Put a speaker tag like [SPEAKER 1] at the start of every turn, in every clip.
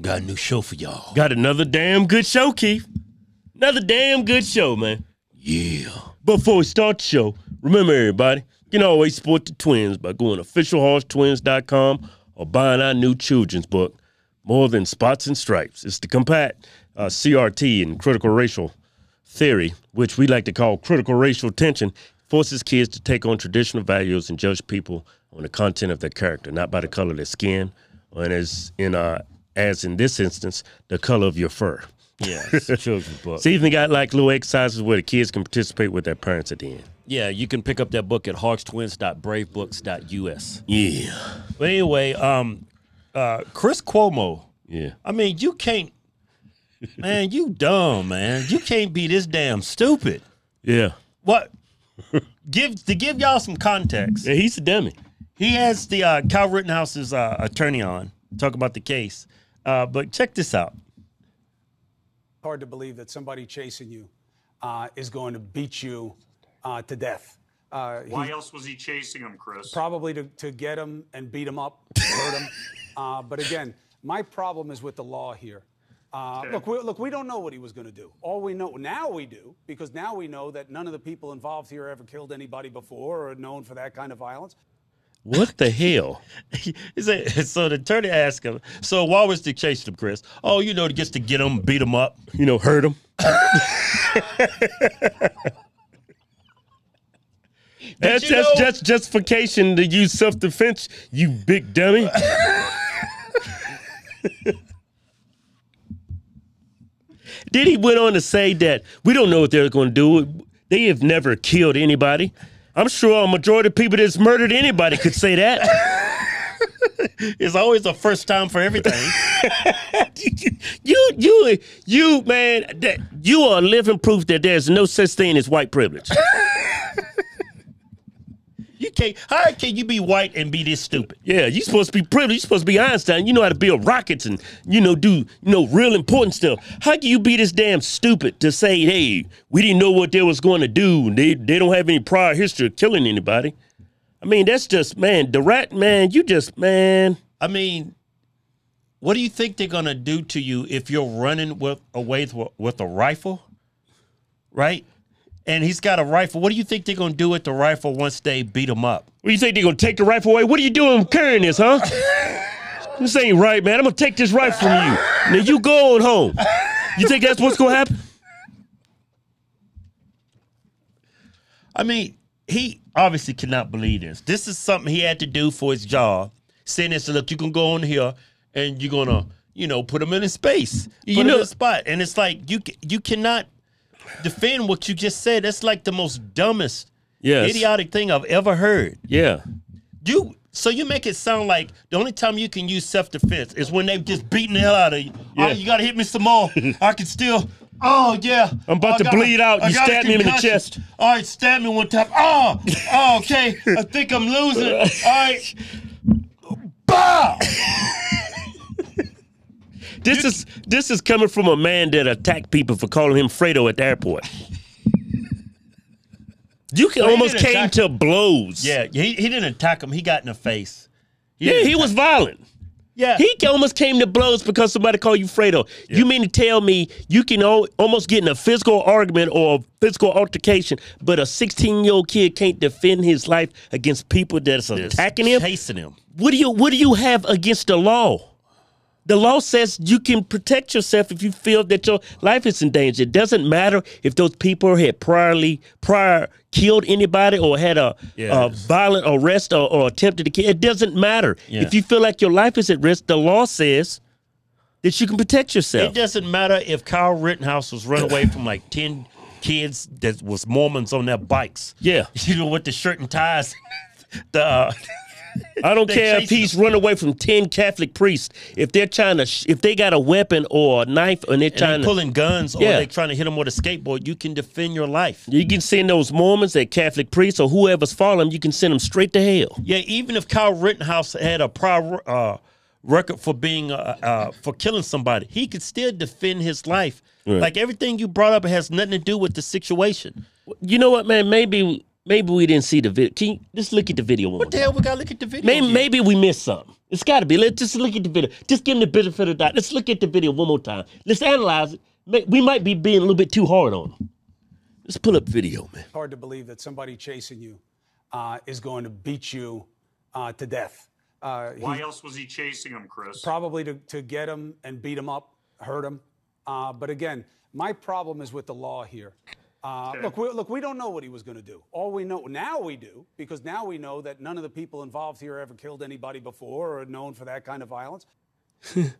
[SPEAKER 1] got a new show for y'all.
[SPEAKER 2] Got another damn good show, Keith. Another damn good show, man.
[SPEAKER 1] Yeah.
[SPEAKER 2] Before we start the show, remember everybody, you can always support the twins by going to officialhorsetwins.com or buying our new children's book, More Than Spots and Stripes. It's to combat uh, CRT and critical racial theory, which we like to call critical racial tension, forces kids to take on traditional values and judge people on the content of their character, not by the color of their skin, and as in uh, as in this instance, the color of your fur.
[SPEAKER 1] Yeah, it's a children's book.
[SPEAKER 2] It's even got like little exercises where the kids can participate with their parents at the end.
[SPEAKER 1] yeah, you can pick up that book at harkstwins.bravebooks.us.
[SPEAKER 2] Yeah,
[SPEAKER 1] But anyway, um, uh, Chris Cuomo.
[SPEAKER 2] yeah.
[SPEAKER 1] I mean, you can't, man. You dumb, man. You can't be this damn stupid.
[SPEAKER 2] Yeah.
[SPEAKER 1] What? give to give y'all some context.
[SPEAKER 2] Yeah, he's a dummy.
[SPEAKER 1] He has the uh, Kyle Rittenhouse's uh, attorney on talk about the case. Uh, but check this out.
[SPEAKER 3] hard to believe that somebody chasing you uh, is going to beat you uh, to death. Uh, he-
[SPEAKER 4] Why else was he chasing him, Chris?
[SPEAKER 3] probably to, to get him and beat him up, hurt him. Uh, but again, my problem is with the law here. Uh, Look, we, look, we don't know what he was going to do. All we know now we do because now we know that none of the people involved here ever killed anybody before or are known for that kind of violence.
[SPEAKER 2] What the hell?
[SPEAKER 1] He said- so the attorney asked him, "So why was the chase him, Chris? Oh, you know, just to get him, beat him up."
[SPEAKER 2] You know, hurt him. That's
[SPEAKER 1] you know-
[SPEAKER 2] just, just justification to use self defense, you big dummy. then he went on to say that we don't know what they're going to do. They have never killed anybody. I'm sure a majority of people that's murdered anybody could say that.
[SPEAKER 1] It's always a first time for everything.
[SPEAKER 2] you, you, you, man, that you are living proof that there's no such thing as white privilege.
[SPEAKER 1] you can't. How can you be white and be this stupid?
[SPEAKER 2] Yeah, you supposed to be privileged. you supposed to be Einstein. You know how to build rockets and you know do you know real important stuff. How can you be this damn stupid to say, hey, we didn't know what they was going to do. and They they don't have any prior history of killing anybody. I mean, that's just man, the rat man. You just man.
[SPEAKER 1] I mean, what do you think they're gonna do to you if you're running with away with, with a rifle, right? And he's got a rifle. What do you think they're gonna do with the rifle once they beat him up?
[SPEAKER 2] What you think they gonna take the rifle away? What are you doing carrying this, huh? this ain't right, man. I'm gonna take this rifle from you. Now you go on home. You think that's what's gonna happen?
[SPEAKER 1] I mean, he obviously cannot believe this. This is something he had to do for his job. Saying this, look, you can go on here and you're gonna, you know, put him in his space,
[SPEAKER 2] You
[SPEAKER 1] you know,
[SPEAKER 2] know-
[SPEAKER 1] in a spot, and it's like you ca- you cannot defend what you just said. That's like the most dumbest,
[SPEAKER 2] Yes.
[SPEAKER 1] idiotic thing I've ever heard.
[SPEAKER 2] Yeah.
[SPEAKER 1] You so you make it sound like the only time you can use self defense is when they've just beaten the hell out of you. Oh,
[SPEAKER 2] Yeah.
[SPEAKER 1] you gotta hit me some more. I can still. Oh yeah.
[SPEAKER 2] I'm about
[SPEAKER 1] Oh, I
[SPEAKER 2] to
[SPEAKER 1] got
[SPEAKER 2] bleed out.
[SPEAKER 1] I
[SPEAKER 2] You
[SPEAKER 1] got a
[SPEAKER 2] stabbed me in the
[SPEAKER 1] concussion.
[SPEAKER 2] chest.
[SPEAKER 1] All right, stab me one time. Oh, oh okay. I think I'm losing. All right. Bow.
[SPEAKER 2] This is this is coming from a man that attacked people for calling him Fredo at the airport. You can
[SPEAKER 1] Well, he
[SPEAKER 2] almost
[SPEAKER 1] didn't
[SPEAKER 2] came
[SPEAKER 1] attack-
[SPEAKER 2] to blows.
[SPEAKER 1] Yeah, he, he didn't attack him. He got in the face.
[SPEAKER 2] Yeah, he was violent.
[SPEAKER 1] Yeah.
[SPEAKER 2] He ca- almost came to blows because somebody called you Fredo. You mean to tell me you can al- almost get in a physical argument or a physical altercation, but a 16 year old kid can't defend his life against people that's attacking him?
[SPEAKER 1] chasing him.
[SPEAKER 2] What do you What do you have against the law? The law says you can protect yourself if you feel that your life is in danger. It doesn't matter if those people had priorly prior killed anybody or had a, a
[SPEAKER 1] Yes.
[SPEAKER 2] violent arrest or, or attempted to kill. It doesn't matter
[SPEAKER 1] Yeah.
[SPEAKER 2] if you feel like your life is at risk. The law says that you can protect yourself.
[SPEAKER 1] It doesn't matter if Kyle Rittenhouse was run away from like ten kids that was Mormons on their bikes.
[SPEAKER 2] yeah,
[SPEAKER 1] You know, with the shirt and ties. the uh,
[SPEAKER 2] I don't
[SPEAKER 1] They
[SPEAKER 2] care if
[SPEAKER 1] chasing
[SPEAKER 2] he's run away from ten Catholic priests. If they're trying to, sh- if they got a weapon or a knife and they're
[SPEAKER 1] and
[SPEAKER 2] trying
[SPEAKER 1] they
[SPEAKER 2] to
[SPEAKER 1] pulling guns
[SPEAKER 2] Yeah.
[SPEAKER 1] or they trying to hit him with a skateboard, you can defend your life.
[SPEAKER 2] You can send those Mormons, that Catholic priests, or whoever's following them, you can send them straight to hell.
[SPEAKER 1] Yeah, even if Kyle Rittenhouse had a prior uh, record for being uh, uh, for killing somebody, he could still defend his life.
[SPEAKER 2] Right.
[SPEAKER 1] Like everything you brought up has nothing to do with the situation.
[SPEAKER 2] You know what, man? Maybe Maybe we didn't see the video. Can you just look at the video one more
[SPEAKER 1] What the
[SPEAKER 2] time?
[SPEAKER 1] hell? We gotta look at the video.
[SPEAKER 2] Maybe,
[SPEAKER 1] again.
[SPEAKER 2] maybe we missed something. It's got to be. Let's just look at the video. Just give him the benefit of the doubt. Let's look at the video one more time. Let's analyze it. May- We might be being a little bit too hard on him. Let's pull up video, man.
[SPEAKER 3] hard to believe that somebody chasing you uh, is going to beat you uh, to death. Uh, he-
[SPEAKER 4] Why else was he chasing him, Chris?
[SPEAKER 3] probably to, to get him and beat him up, hurt him. Uh, but again, my problem is with the law here. Uh, Look, we, look, we don't know what he was going to do. All we know now we do because now we know that none of the people involved here ever killed anybody before or are known for that kind of violence.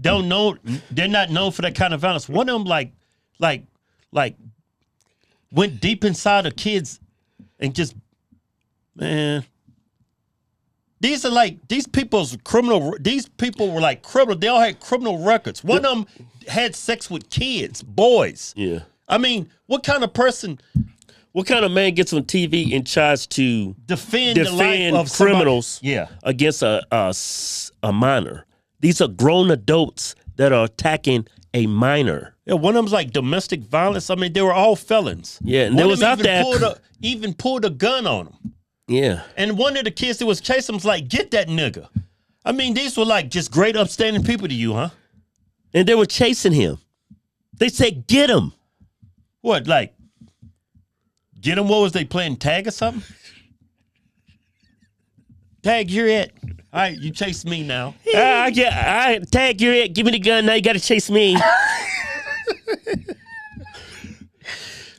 [SPEAKER 1] don't know they're not known for that kind of violence. One of them like like like went deep inside of kids and just man. These are like these people's criminal. These people were like criminal. They all had criminal records. One of them had sex with kids, boys.
[SPEAKER 2] Yeah.
[SPEAKER 1] I mean, what kind of person
[SPEAKER 2] What kind of man gets on TV and tries to
[SPEAKER 1] defend, the
[SPEAKER 2] defend
[SPEAKER 1] life of somebody-
[SPEAKER 2] criminals
[SPEAKER 1] Yeah,
[SPEAKER 2] against a, a s- a minor? These are grown adults that are attacking a minor.
[SPEAKER 1] yeah. One of them's like domestic violence. I mean, they were all felons.
[SPEAKER 2] Yeah, and
[SPEAKER 1] One
[SPEAKER 2] they
[SPEAKER 1] of
[SPEAKER 2] was
[SPEAKER 1] them
[SPEAKER 2] out
[SPEAKER 1] even
[SPEAKER 2] there-
[SPEAKER 1] pulled a- even pulled a gun on them.
[SPEAKER 2] Yeah.
[SPEAKER 1] And one of the kids that was chasing him was like, get that nigga. I mean, these were like just great upstanding people to you, huh?
[SPEAKER 2] And they were chasing him. They said, get him.
[SPEAKER 1] What, like, get them? What was they playing tag or something? Tag, you're it. All right, you chase me now.
[SPEAKER 2] Ah, I get, I tag your it. Give me the gun. Now you got to chase me.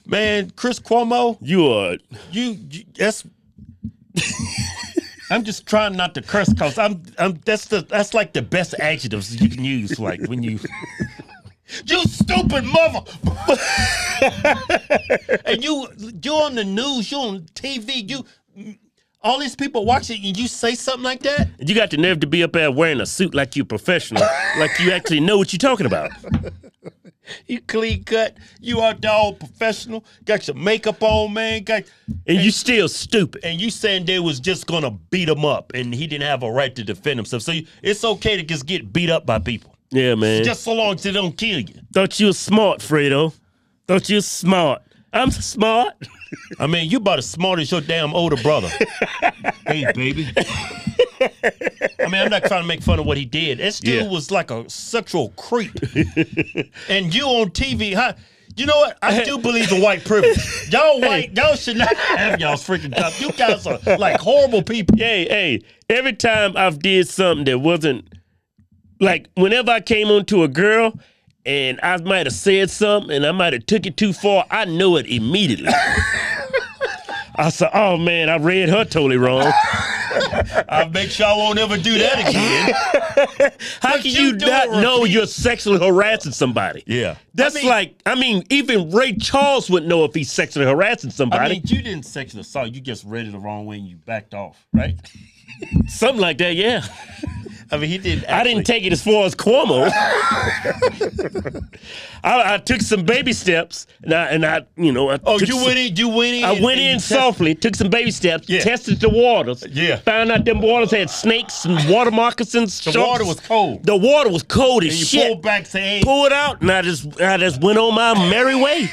[SPEAKER 1] Man, Chris Cuomo,
[SPEAKER 2] You are.
[SPEAKER 1] you, you that's. I'm just trying not to curse because I'm, I'm that's the that's like the best adjectives you can use like when you you stupid mother and you you on the news you on TV you all these people watching and you say something like that
[SPEAKER 2] You got the nerve to be up there wearing a suit like you professional, like you actually know what you're talking about.
[SPEAKER 1] you clean cut you out there all professional got your makeup on man got
[SPEAKER 2] And you still stupid.
[SPEAKER 1] and you saying they was just gonna beat him up and he didn't have a right to defend himself so you, it's okay to just get beat up by people.
[SPEAKER 2] Yeah, man.
[SPEAKER 1] Just so long as they don't kill you.
[SPEAKER 2] Thought you was smart, Fredo. Thought you was smart. I'm smart.
[SPEAKER 1] I mean, you about as smart as your damn older brother. hey, baby. I mean, I'm not trying to make fun of what he did. This dude
[SPEAKER 2] Yeah.
[SPEAKER 1] was like a sexual creep. and you on TV, huh? You know what? I do believe in white privilege. Y'all white, y'all should not have y'all freaking cup. You guys are like horrible people.
[SPEAKER 2] Hey, hey. Every time I've did something that wasn't like whenever I came on to a girl and I might have said something and I might have took it too far, I knew it immediately. I said, oh man, I read her totally wrong.
[SPEAKER 1] I make sure I won't ever do that again.
[SPEAKER 2] How
[SPEAKER 1] But
[SPEAKER 2] can
[SPEAKER 1] you
[SPEAKER 2] you,
[SPEAKER 1] do
[SPEAKER 2] not
[SPEAKER 1] it
[SPEAKER 2] know
[SPEAKER 1] repeat-
[SPEAKER 2] you're sexually harassing somebody?
[SPEAKER 1] Yeah.
[SPEAKER 2] That's
[SPEAKER 1] I mean-
[SPEAKER 2] like, I mean, even Ray Charles would know if he's sexually harassing somebody.
[SPEAKER 1] I mean, you didn't sexually assault. You just read it the wrong way and you backed off, right?
[SPEAKER 2] Something like that, yeah.
[SPEAKER 1] I mean, he didn't.
[SPEAKER 2] I didn't take it as far as Cuomo. I, I took some baby steps, and I, and I you know, I
[SPEAKER 1] Oh,
[SPEAKER 2] took
[SPEAKER 1] you
[SPEAKER 2] some-
[SPEAKER 1] went in. You went in.
[SPEAKER 2] I went
[SPEAKER 1] and you
[SPEAKER 2] in
[SPEAKER 1] tested-
[SPEAKER 2] softly, took some baby steps,
[SPEAKER 1] Yeah.
[SPEAKER 2] tested the waters.
[SPEAKER 1] Yeah.
[SPEAKER 2] Found out them waters had snakes and water moccasins.
[SPEAKER 1] The
[SPEAKER 2] sharks.
[SPEAKER 1] water was cold.
[SPEAKER 2] The water was cold as
[SPEAKER 1] And you
[SPEAKER 2] shit.
[SPEAKER 1] pulled back to hey,
[SPEAKER 2] Pull it out, and I just, I just went on my merry way.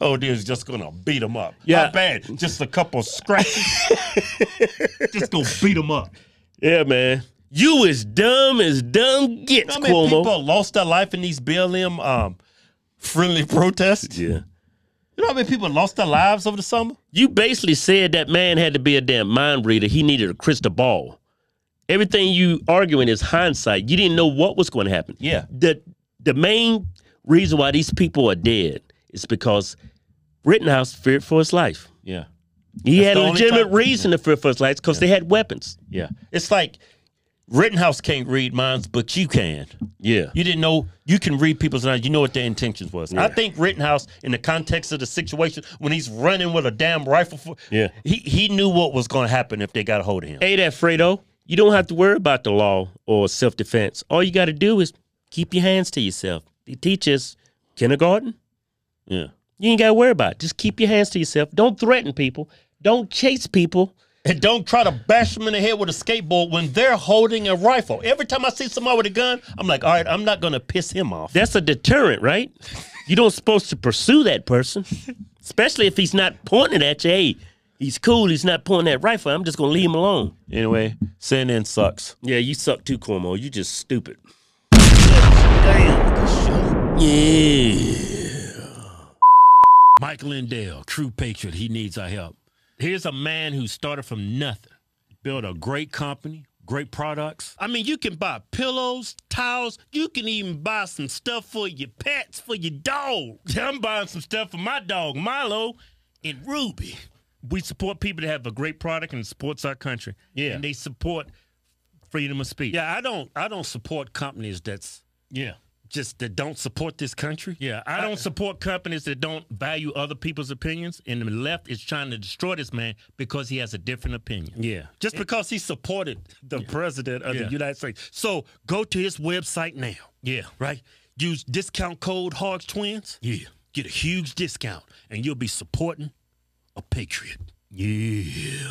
[SPEAKER 1] oh, dude's just gonna beat him up.
[SPEAKER 2] Yeah.
[SPEAKER 1] Not bad. Just a couple of scratches. just gonna beat him up.
[SPEAKER 2] Yeah, man. You as dumb as dumb gets,
[SPEAKER 1] I mean,
[SPEAKER 2] Cuomo.
[SPEAKER 1] people lost their life in these BLM um, friendly protests.
[SPEAKER 2] yeah.
[SPEAKER 1] You know how many people lost their lives over the summer?
[SPEAKER 2] You basically said that man had to be a damn mind reader. He needed a crystal ball. Everything you arguing is hindsight. You didn't know what was going to happen.
[SPEAKER 1] Yeah.
[SPEAKER 2] The the main reason why these people are dead is because Rittenhouse feared for his life.
[SPEAKER 1] Yeah.
[SPEAKER 2] He
[SPEAKER 1] That's
[SPEAKER 2] had
[SPEAKER 1] the
[SPEAKER 2] a
[SPEAKER 1] only
[SPEAKER 2] legitimate
[SPEAKER 1] time-
[SPEAKER 2] reason to fear for his life because they had weapons.
[SPEAKER 1] Yeah. It's like Rittenhouse can't read minds, but you can.
[SPEAKER 2] Yeah.
[SPEAKER 1] You didn't know you can read people's minds. You know what their intentions was. I think Rittenhouse, in the context of the situation, when he's running with a damn rifle, for,
[SPEAKER 2] Yeah.
[SPEAKER 1] he he knew what was going to happen if they got a hold of him.
[SPEAKER 2] Hey, that Fredo. You don't have to worry about the law or self defense. All you got to do is keep your hands to yourself. They teach us kindergarten.
[SPEAKER 1] Yeah.
[SPEAKER 2] You ain't got to worry about it. Just keep your hands to yourself. Don't threaten people. Don't chase people.
[SPEAKER 1] And don't try to bash them in the head with a skateboard when they're holding a rifle. Every time I see somebody with a gun, I'm like, all right, I'm not going to piss him off.
[SPEAKER 2] That's a deterrent, right?
[SPEAKER 5] you don't supposed to pursue that person, especially if he's not pointing at you. Hey, he's cool. He's not pointing that rifle. I'm just gonna leave him alone.
[SPEAKER 6] Anyway, CNN sucks.
[SPEAKER 5] Yeah, you suck too, Cuomo. You just stupid. Yeah.
[SPEAKER 2] Mike Lindell, true patriot. He needs our help. Here's a man who started from nothing, built a great company, great products. I mean, you can buy pillows, towels. You can even buy some stuff for your pets, for your dog. I'm buying some stuff for my dog, Milo, and Ruby. We support people that have a great product and supports our country.
[SPEAKER 6] Yeah.
[SPEAKER 2] And they support freedom of speech.
[SPEAKER 1] Yeah, I don't I don't support companies that's
[SPEAKER 2] Yeah.
[SPEAKER 1] just that don't support this country.
[SPEAKER 2] Yeah, I don't support companies that don't value other people's opinions, and the left is trying to destroy this man because he has a different opinion.
[SPEAKER 1] Yeah. Just because he supported the president of
[SPEAKER 2] Yeah.
[SPEAKER 1] the United States. So go to his website now,
[SPEAKER 2] Yeah,
[SPEAKER 1] right? Use discount code Hogs Twins.
[SPEAKER 2] yeah,
[SPEAKER 1] Get a huge discount and you'll be supporting a patriot.
[SPEAKER 2] yeah.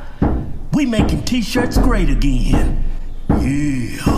[SPEAKER 5] We making t-shirts great again. Yeah.